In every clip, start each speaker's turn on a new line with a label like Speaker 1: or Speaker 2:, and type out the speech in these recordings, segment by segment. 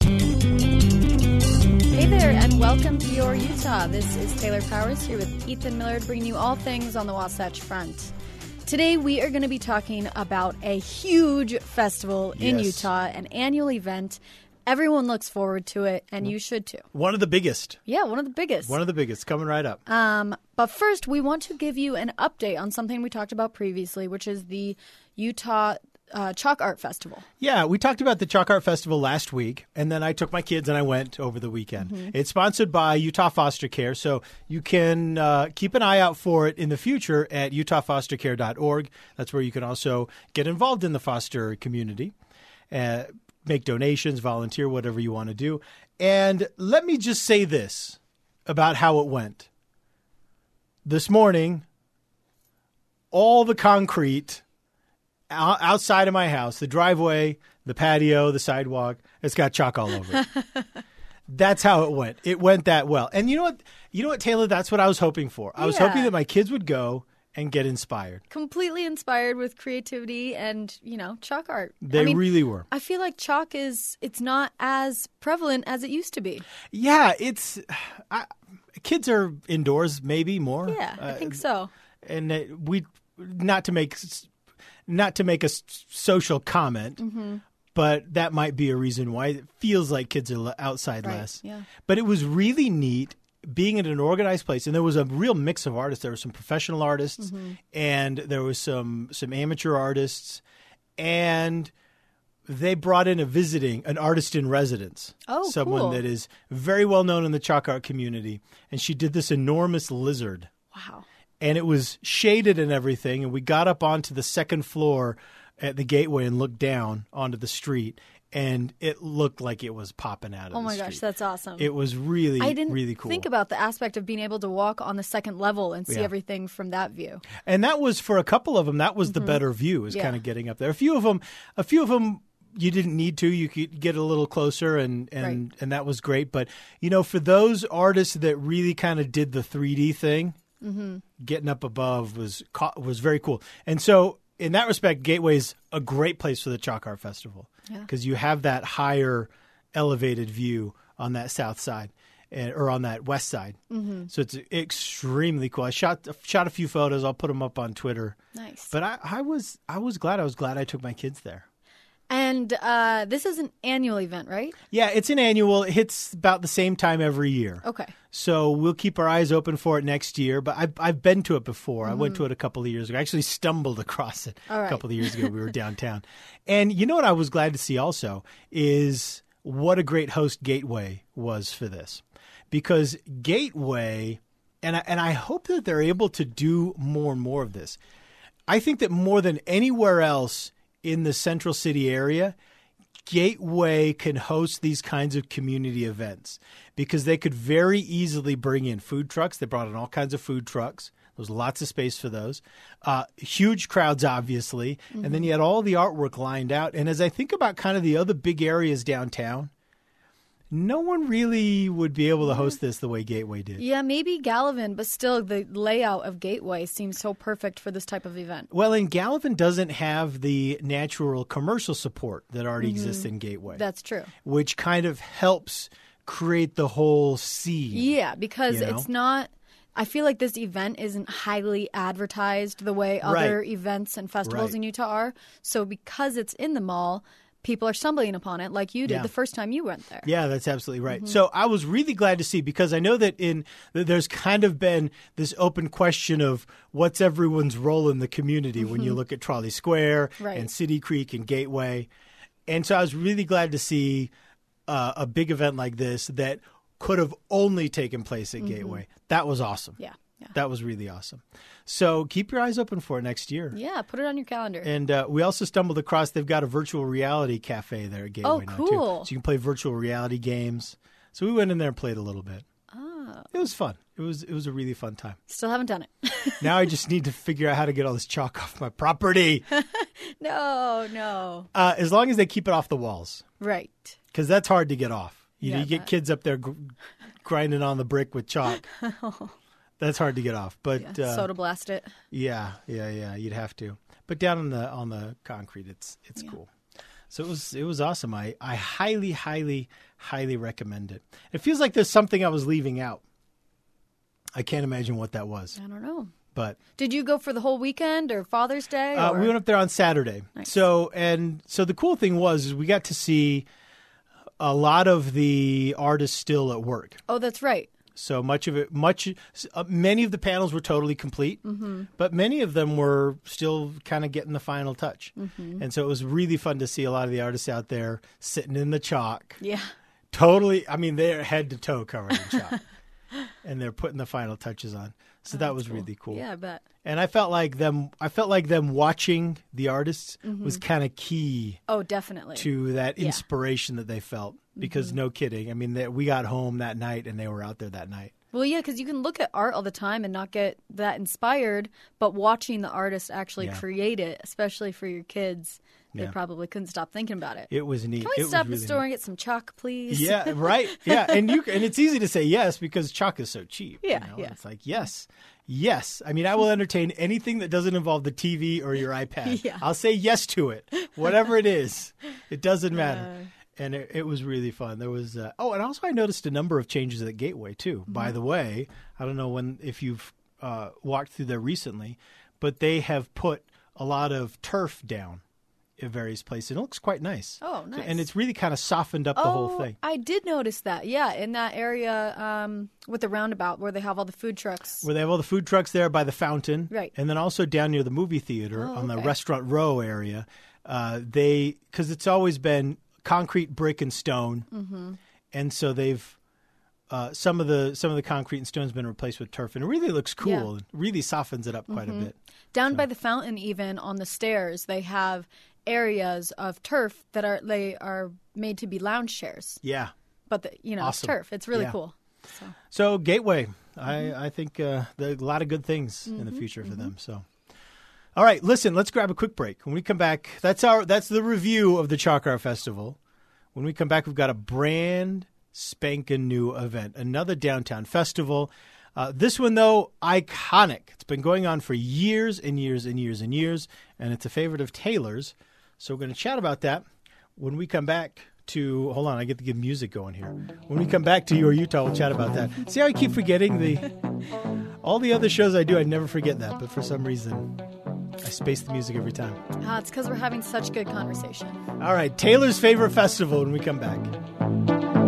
Speaker 1: Hey there, and welcome to Your Utah. This is Taylor Powers here with Ethan Millard, bringing you all things on the Wasatch Front. Today, we are going to be talking about a huge festival in
Speaker 2: Yes.
Speaker 1: Utah, an annual event. Everyone looks forward to it, and you should too.
Speaker 2: One of the biggest.
Speaker 1: Yeah, one of the biggest.
Speaker 2: Mm-hmm. One of the biggest coming right up.
Speaker 1: um, but first, we want to give you an update on something we talked about previously, which is the Utah uh, Chalk Art Festival.
Speaker 2: yeah, we talked about the Chalk Art Festival last week, and then I took my kids and I went over the weekend. It's sponsored by Utah Foster Care, so you can uh, keep an eye out for it in the future at utahfostercare.org. That's where you can also get involved in the foster community. Uh, make donations, volunteer, whatever you want to do. And let me just say this about how it went. This morning, all the concrete ou- outside of my house, the driveway, the patio, the sidewalk, it's got chalk all over it. That's how it went. It went that well. And you know what? You know what, Taylor? That's what I was hoping for. I was
Speaker 1: Yeah.
Speaker 2: hoping that my kids would go and get inspired.
Speaker 1: Completely inspired with creativity and, you know, chalk art.
Speaker 2: They
Speaker 1: I mean,
Speaker 2: really were.
Speaker 1: I feel like chalk is it's not as prevalent as it used to be.
Speaker 2: Yeah, it's I, kids are indoors maybe more.
Speaker 1: Yeah, I
Speaker 2: Uh,
Speaker 1: think so.
Speaker 2: and that we not to make s- not to make a s- social comment
Speaker 1: Mm-hmm.
Speaker 2: but that might be a reason why it feels like kids are le- outside
Speaker 1: Right,
Speaker 2: less
Speaker 1: yeah.
Speaker 2: but it was really neat being in an organized place and there was a real mix of artists there were some professional artists
Speaker 1: Mm-hmm.
Speaker 2: and there was some some amateur artists and they brought in a visiting an artist in residence
Speaker 1: Oh,
Speaker 2: someone
Speaker 1: cool.
Speaker 2: that is very well known in the chalk art community and she did this enormous lizard
Speaker 1: Wow.
Speaker 2: and it was shaded and everything. And we got up onto the second floor at the gateway and looked down onto the street, and it looked like it was popping out of
Speaker 1: Oh
Speaker 2: the
Speaker 1: my gosh,
Speaker 2: street.
Speaker 1: that's awesome.
Speaker 2: it was really,
Speaker 1: I didn't
Speaker 2: really cool.
Speaker 1: think about the aspect of being able to walk on the second level and see
Speaker 2: Yeah.
Speaker 1: everything from that view.
Speaker 2: and that was for a couple of them. That was the better view, is
Speaker 1: Mm-hmm. Yeah.
Speaker 2: kind of getting up there. A few of them, a few of them, you didn't need to. You could get a little closer, and and and that was great. But you know, for those artists that really kind of did the 3D thing, getting up above was co- was very cool. And so, in that respect, Gateway's a great place for the Chalk Art Festival because you have that higher elevated view on that south side. And, or on that west side, mm-hmm. so it's extremely cool. I shot shot a few photos. I'll put them up on Twitter.
Speaker 1: Nice.
Speaker 2: But I, I was I was glad. I was glad I took my kids there.
Speaker 1: and uh, this is an annual event, right?
Speaker 2: Yeah, it's an annual. It hits about the same time every year.
Speaker 1: Okay.
Speaker 2: So we'll keep our eyes open for it next year. But I've, I've been to it before. I went to it a couple of years ago. I actually stumbled across it
Speaker 1: All right.
Speaker 2: a couple of years ago. We were downtown. And you know what I was glad to see also is what a great host Gateway was for this. Because Gateway, and I, and I hope that they're able to do more and more of this. I think that more than anywhere else in the central city area, Gateway can host these kinds of community events because they could very easily bring in food trucks. They brought in all kinds of food trucks. There was lots of space for those. Uh, huge crowds, obviously. And then you had all the artwork lined out. And as I think about kind of the other big areas downtown, no one really would be able to host this the way Gateway did.
Speaker 1: Yeah, maybe Gallivan, but still the layout of Gateway seems so perfect for this type of event.
Speaker 2: Well, and Galvin doesn't have the natural commercial support that already exists in Gateway,
Speaker 1: That's true.
Speaker 2: which kind of helps create the whole scene.
Speaker 1: Yeah, because
Speaker 2: You know?
Speaker 1: it's not I feel like this event isn't highly advertised the way
Speaker 2: Right.
Speaker 1: other events and festivals
Speaker 2: Right.
Speaker 1: in Utah are. So because it's in the mall, people are stumbling upon it like you did
Speaker 2: Yeah.
Speaker 1: the first time you went there.
Speaker 2: Yeah, that's absolutely right.
Speaker 1: Mm-hmm.
Speaker 2: So I was really glad to see because I know that in that there's kind of been this open question of what's everyone's role in the community when you look at Trolley Square
Speaker 1: Mm-hmm. Right.
Speaker 2: and City Creek and Gateway, and so I was really glad to see uh, a big event like this that could have only taken place at Gateway. That was awesome.
Speaker 1: Mm-hmm. Yeah.
Speaker 2: That was really awesome. So keep your eyes open for it next year.
Speaker 1: Yeah, put it on your calendar.
Speaker 2: And uh, we also stumbled across they've got a virtual reality cafe there at Gateway
Speaker 1: Oh,
Speaker 2: now
Speaker 1: cool.
Speaker 2: too. So you can play virtual reality games. So we went in there and played a little bit. Oh. It was fun. It was it was a really fun time.
Speaker 1: Still haven't done it.
Speaker 2: now I just need to figure out how to get all this chalk off my property.
Speaker 1: no, no.
Speaker 2: Uh, as long as they keep it off the walls,
Speaker 1: Right.
Speaker 2: because that's hard to get off. You, know,
Speaker 1: Yeah,
Speaker 2: you get
Speaker 1: that-
Speaker 2: kids up there gr- grinding on the brick with chalk. That's hard to get off. But
Speaker 1: Oh. Yeah,
Speaker 2: uh,
Speaker 1: soda blast it.
Speaker 2: Yeah, yeah, yeah. You'd have to. But down on the on the concrete, it's it's cool. So it was it was awesome. I I highly, highly, highly recommend it. It feels like there's something I was leaving out. I can't imagine what that was,
Speaker 1: I don't know.
Speaker 2: but
Speaker 1: Did you go for the whole weekend or Father's Day?
Speaker 2: uh,
Speaker 1: or-
Speaker 2: we went up there on Saturday. So and so the cool thing was is we got to see a lot of the artists still at work.
Speaker 1: oh, that's right.
Speaker 2: So much of it, much, uh, many of the panels were totally complete, but many of them were still kind of getting the final touch. And so it was really fun to see a lot of the artists out there sitting in the chalk,
Speaker 1: Yeah.
Speaker 2: totally. I mean, they're head to toe covered in chalk, and they're putting the final touches on. So that was really cool.
Speaker 1: Yeah, I bet.
Speaker 2: And I felt like them. I felt like them watching the artists was kind of key
Speaker 1: Oh, definitely.
Speaker 2: to that inspiration that they felt. Because no kidding, I mean, they, we got home that night and they were out there that night.
Speaker 1: Well, yeah, because you can look at art all the time and not get that inspired, but watching the artist actually
Speaker 2: Yeah.
Speaker 1: create it, especially for your kids,
Speaker 2: Yeah.
Speaker 1: they probably couldn't stop thinking about it.
Speaker 2: It was neat.
Speaker 1: Can we
Speaker 2: it
Speaker 1: stop at the
Speaker 2: was really
Speaker 1: store
Speaker 2: neat.
Speaker 1: and get some chalk, please?
Speaker 2: Yeah, right. Yeah, and you and it's easy to say yes because chalk is so cheap. you
Speaker 1: Yeah,
Speaker 2: know?
Speaker 1: yeah.
Speaker 2: It's like yes, yes. I mean, I will entertain anything that doesn't involve the TV or your iPad.
Speaker 1: Yeah.
Speaker 2: I'll say yes to it, whatever it is. It
Speaker 1: Uh.
Speaker 2: doesn't matter. and it, it was really fun. There was uh, oh, and also I noticed a number of changes at Gateway too.
Speaker 1: Mm-hmm.
Speaker 2: By the way, I don't know when if you've uh, walked through there recently, but they have put a lot of turf down at various places. It looks quite nice.
Speaker 1: Oh,
Speaker 2: So-
Speaker 1: nice.
Speaker 2: and it's really kind of softened up
Speaker 1: Oh,
Speaker 2: the whole thing.
Speaker 1: I did notice that. Yeah, in that area um, with the roundabout where they have all the food trucks.
Speaker 2: where they have all the food trucks there by the fountain,
Speaker 1: Right. Oh,
Speaker 2: And then also down near the movie theater on the
Speaker 1: okay.
Speaker 2: restaurant row area, uh, they because it's always been concrete, brick, and stone,
Speaker 1: Mm-hmm.
Speaker 2: and so they've uh, some of the some of the concrete and stone's been replaced with turf, and it really looks cool.
Speaker 1: Yeah. Mm-hmm.
Speaker 2: It really softens it up quite a bit.
Speaker 1: Down by the fountain, even on the stairs, they have areas of turf that are they are made to be lounge chairs,
Speaker 2: Yeah.
Speaker 1: but the, you know it's
Speaker 2: Awesome.
Speaker 1: turf. It's really
Speaker 2: Yeah.
Speaker 1: cool. So
Speaker 2: So Gateway,
Speaker 1: Mm-hmm.
Speaker 2: I I think uh, there are a lot of good things in the future for them. So. All right, listen, let's grab a quick break. When we come back, that's our that's the review of the Chakra Festival. When we come back, we've got a brand spanking new event, another downtown festival. Uh, this one, though, iconic. It's been going on for years and years and years and years, and it's a favorite of Taylor's. So we're going to chat about that when we come back to. Hold on, I get to get music going here. When we come back to your Utah, we'll chat about that. See how I keep forgetting the all the other shows I do. I never forget that, but for some reason, I space the music every time.
Speaker 1: ah, it's because we're having such good conversation.
Speaker 2: All right, Taylor's favorite festival when we come back.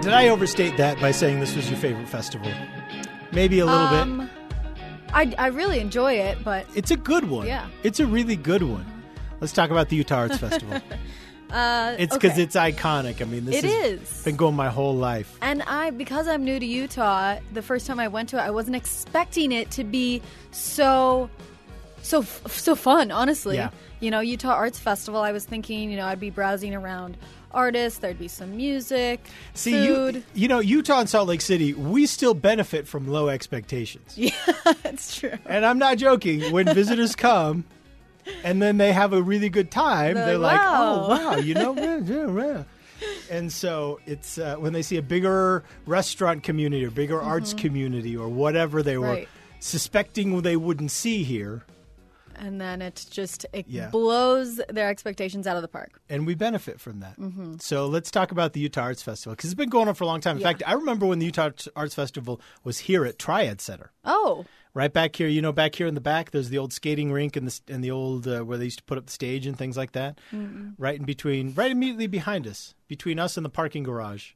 Speaker 2: Did I overstate that by saying this was your favorite festival? Maybe a little bit
Speaker 1: um, I I really enjoy it, but
Speaker 2: it's a good one.
Speaker 1: Yeah.
Speaker 2: It's a really good one. Let's talk about the Utah Arts Festival.
Speaker 1: uh,
Speaker 2: It's
Speaker 1: okay.
Speaker 2: because it's iconic. I mean, this
Speaker 1: It
Speaker 2: has
Speaker 1: is.
Speaker 2: been going my whole life.
Speaker 1: And I, because I'm new to Utah, the first time I went to it, I wasn't expecting it to be so, so, so fun. Honestly,
Speaker 2: Yeah.
Speaker 1: you know, Utah Arts Festival. I was thinking, you know, I'd be browsing around artists. There'd be some music,
Speaker 2: See,
Speaker 1: food.
Speaker 2: you you know, Utah and Salt Lake City, we still benefit from low expectations.
Speaker 1: That's true.
Speaker 2: And I'm not joking. When visitors come and then they have a really good time, they're,
Speaker 1: They're
Speaker 2: like,
Speaker 1: like,
Speaker 2: oh, wow, you know? yeah, yeah, yeah." And so it's uh, when they see a bigger restaurant community or bigger arts community or whatever they were
Speaker 1: Mm-hmm. Right.
Speaker 2: suspecting they wouldn't see here,
Speaker 1: And then it just it
Speaker 2: Yeah.
Speaker 1: blows their expectations out of the park.
Speaker 2: and we benefit from that.
Speaker 1: Mm-hmm.
Speaker 2: So let's talk about the Utah Arts Festival because it's been going on for a long time. In fact, I remember when the Utah Arts Festival was here at Triad Center,
Speaker 1: Oh,
Speaker 2: right back here. You know, back here in the back, there's the old skating rink and the and the old uh, where they used to put up the stage and things like that. Right in between, right immediately behind us, between us and the parking garage.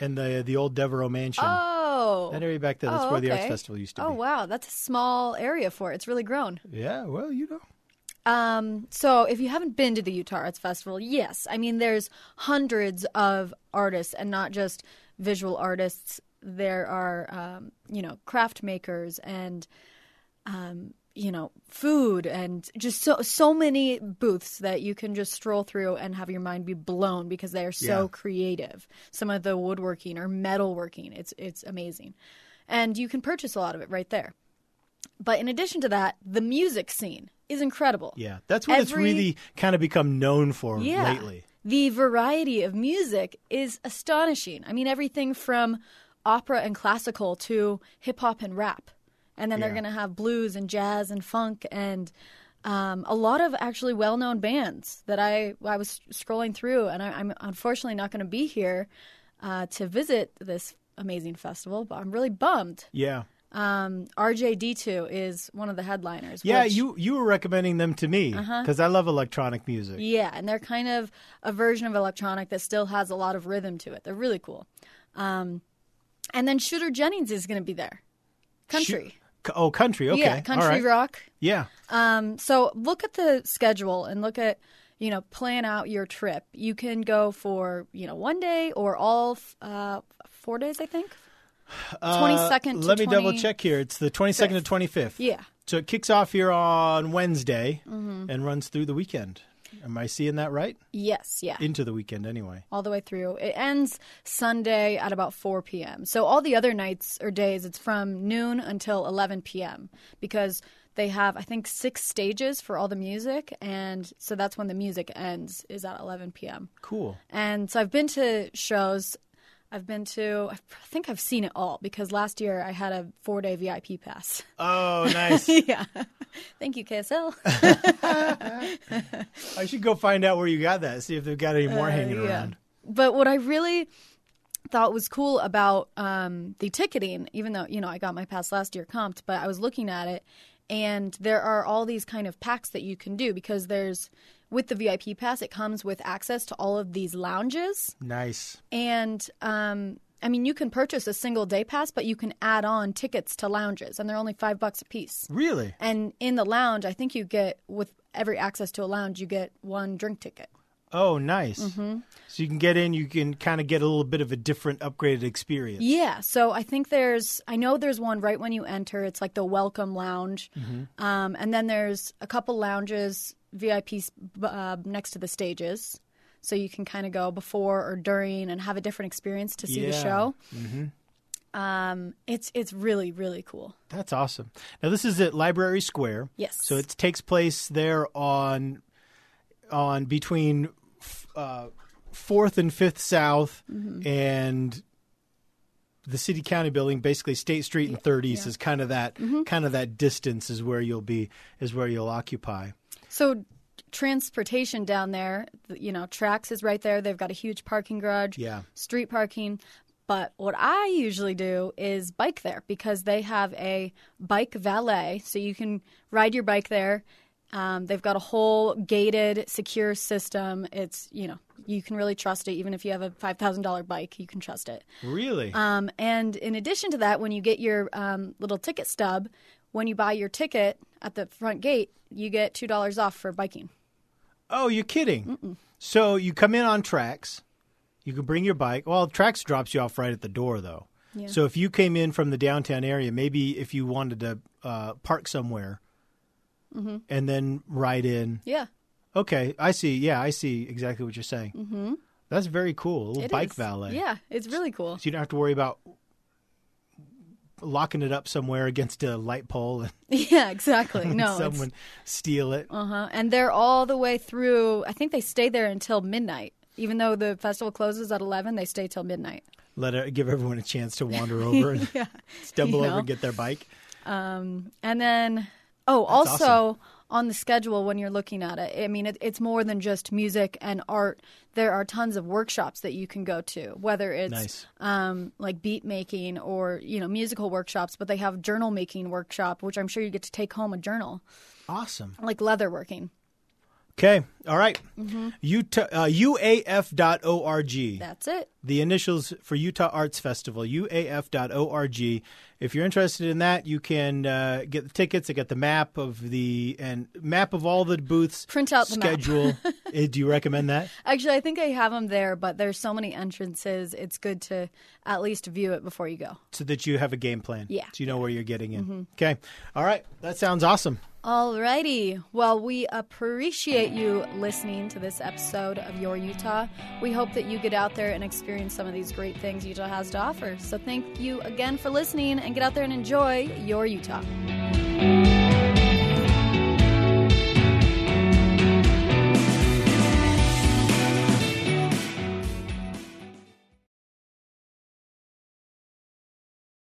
Speaker 2: and the the old Devereaux Mansion.
Speaker 1: Oh.
Speaker 2: that area back there, that's
Speaker 1: Oh,
Speaker 2: where the Arts
Speaker 1: okay.
Speaker 2: Festival used to
Speaker 1: Oh
Speaker 2: be.
Speaker 1: wow, that's a small area for it. It's really grown.
Speaker 2: Yeah, well, you know.
Speaker 1: Um, so if you haven't been to the Utah Arts Festival, yes, I mean there's hundreds of artists, and not just visual artists. There are, um, you know, craft makers and, um, you know, food and just so so many booths that you can just stroll through and have your mind be blown because they are so
Speaker 2: Yeah.
Speaker 1: creative. Some of the woodworking or metalworking, it's it's amazing, and you can purchase a lot of it right there. But in addition to that, the music scene is incredible.
Speaker 2: Yeah, that's what it's
Speaker 1: Every-
Speaker 2: really kind of become known for
Speaker 1: Yeah.
Speaker 2: lately.
Speaker 1: The variety of music is astonishing. I mean, everything from opera and classical to hip hop and rap. And then they're
Speaker 2: Yeah.
Speaker 1: going to have blues and jazz and funk and um, a lot of actually well known bands that I, I was scrolling through. And I, I'm unfortunately not going to be here uh, to visit this amazing festival, but I'm really bummed.
Speaker 2: Yeah.
Speaker 1: Um, RJD2 is one of the headliners.
Speaker 2: Yeah,
Speaker 1: which- Uh-huh.
Speaker 2: you you were recommending them to me because I love electronic music.
Speaker 1: Yeah, and they're kind of a version of electronic that still has a lot of rhythm to it. They're really cool. Um, and then Shooter Jennings is going to be there. Country.
Speaker 2: C- Oh, country. Okay.
Speaker 1: Yeah,
Speaker 2: All
Speaker 1: country
Speaker 2: right.
Speaker 1: rock.
Speaker 2: Yeah.
Speaker 1: Um, so look at the schedule and look at, you know, plan out your trip. You can go for, you know, one day or all f- uh, four days, I think.
Speaker 2: Uh,
Speaker 1: 22nd to
Speaker 2: Let me double
Speaker 1: 20
Speaker 2: check here. It's the 22nd to 25th.
Speaker 1: Yeah. Mm-hmm.
Speaker 2: So it kicks off here on Wednesday and runs through the weekend. Am I seeing that right?
Speaker 1: Yes, yeah.
Speaker 2: Into the weekend anyway.
Speaker 1: all the way through. It ends Sunday at about 4 p.m. So all the other nights or days, it's from noon until 11 p.m. because they have, I think, six stages for all the music. And so that's when the music ends, is at 11 p.m.
Speaker 2: Cool.
Speaker 1: And so I've been to shows. I've been to, I think I've seen it all because last year I had a four day VIP pass.
Speaker 2: Oh, nice.
Speaker 1: yeah. Thank you, KSL.
Speaker 2: I should go find out where you got that. See if they've got any more
Speaker 1: Uh,
Speaker 2: hanging around.
Speaker 1: But what I really thought was cool about um, the ticketing, even though you know I got my pass last year comped, but I was looking at it, and there are all these kind of packs that you can do because there's with the VIP pass, it comes with access to all of these lounges,
Speaker 2: Nice.
Speaker 1: and um, I mean you can purchase a single day pass, but you can add on tickets to lounges, and they're only five bucks a piece.
Speaker 2: Really?
Speaker 1: And in the lounge, I think you get with every access to a lounge, you get one drink ticket.
Speaker 2: Oh, nice.
Speaker 1: Mm-hmm.
Speaker 2: So you can get in, you can kind of get a little bit of a different upgraded experience.
Speaker 1: Yeah, so I think there's, I know there's one right when you enter. It's like the welcome lounge,
Speaker 2: Mm-hmm.
Speaker 1: um, and then there's a couple lounges VIP s- b- uh, next to the stages, so you can kind of go before or during and have a different experience to see the
Speaker 2: Yeah. Mm-hmm.
Speaker 1: show. Um, it's it's really really cool.
Speaker 2: That's awesome. Now this is at Library Square.
Speaker 1: Yes.
Speaker 2: So it takes place there on on between f- uh, Fourth and Fifth South and the City County Building, basically State Street and Third East is kind of that kind of that distance is where you'll be is where you'll occupy.
Speaker 1: So transportation down there, th- you know, Trax is right there. They've got a huge parking garage.
Speaker 2: Yeah.
Speaker 1: Street parking. But what I usually do is bike there because they have a bike valet, so you can ride your bike there. Um, they've got a whole gated, secure system. It's you know you can really trust it, even if you have a five thousand dollar bike, you can trust it.
Speaker 2: Really?
Speaker 1: Um, and in addition to that, when you get your um, little ticket stub, when you buy your ticket at the front gate, you get two dollars off for biking.
Speaker 2: oh, you're kidding. So you come in on tracks. You can bring your bike. Well, tracks drops you off right at the door though. So if you came in from the downtown area, maybe if you wanted to uh, park somewhere
Speaker 1: Mm-hmm.
Speaker 2: and then ride in.
Speaker 1: Yeah,
Speaker 2: Okay, I see. Yeah, I see exactly what you're saying. Mm-hmm. That's very cool. A little
Speaker 1: it
Speaker 2: bike
Speaker 1: is.
Speaker 2: valet.
Speaker 1: Yeah, it's really cool.
Speaker 2: So you don't have to worry about locking it up somewhere against a light pole and
Speaker 1: Yeah, exactly. No, it's-
Speaker 2: someone steal it.
Speaker 1: Uh-huh. And they're all the way through. I think they stay there until midnight. Even though the festival closes at 11, they stay till midnight.
Speaker 2: Let it, give everyone a chance to wander over and stumble
Speaker 1: you
Speaker 2: over
Speaker 1: know.
Speaker 2: and get their bike.
Speaker 1: And then oh, also
Speaker 2: awesome.
Speaker 1: on the schedule when you're looking at it, I mean it, it's more than just music and art. There are tons of workshops that you can go to, whether it's
Speaker 2: Nice.
Speaker 1: um, like beat making or you know musical workshops. But they have journal making workshop, which I'm sure you get to take home a journal,
Speaker 2: Awesome.
Speaker 1: like leather working.
Speaker 2: Okay, All right.
Speaker 1: Mm-hmm.
Speaker 2: Utah, uh, uaf.org.
Speaker 1: That's it.
Speaker 2: the initials for Utah Arts Festival, uaf.org. If you're interested in that, you can uh, get the tickets. I got the map of the and map of all the booths.
Speaker 1: Print out the map.
Speaker 2: schedule. Eh, Do you recommend that?
Speaker 1: Actually, I think I have them there, but there's so many entrances. It's good to at least view it before you go.
Speaker 2: So that you have a game plan.
Speaker 1: Yeah. Mm-hmm.
Speaker 2: So you know where you're getting in. Okay. All right. That sounds awesome.
Speaker 1: Alrighty. Well, we appreciate you listening to this episode of Your Utah. We hope that you get out there and experience some of these great things Utah has to offer. So, thank you again for listening and get out there and enjoy Your Utah.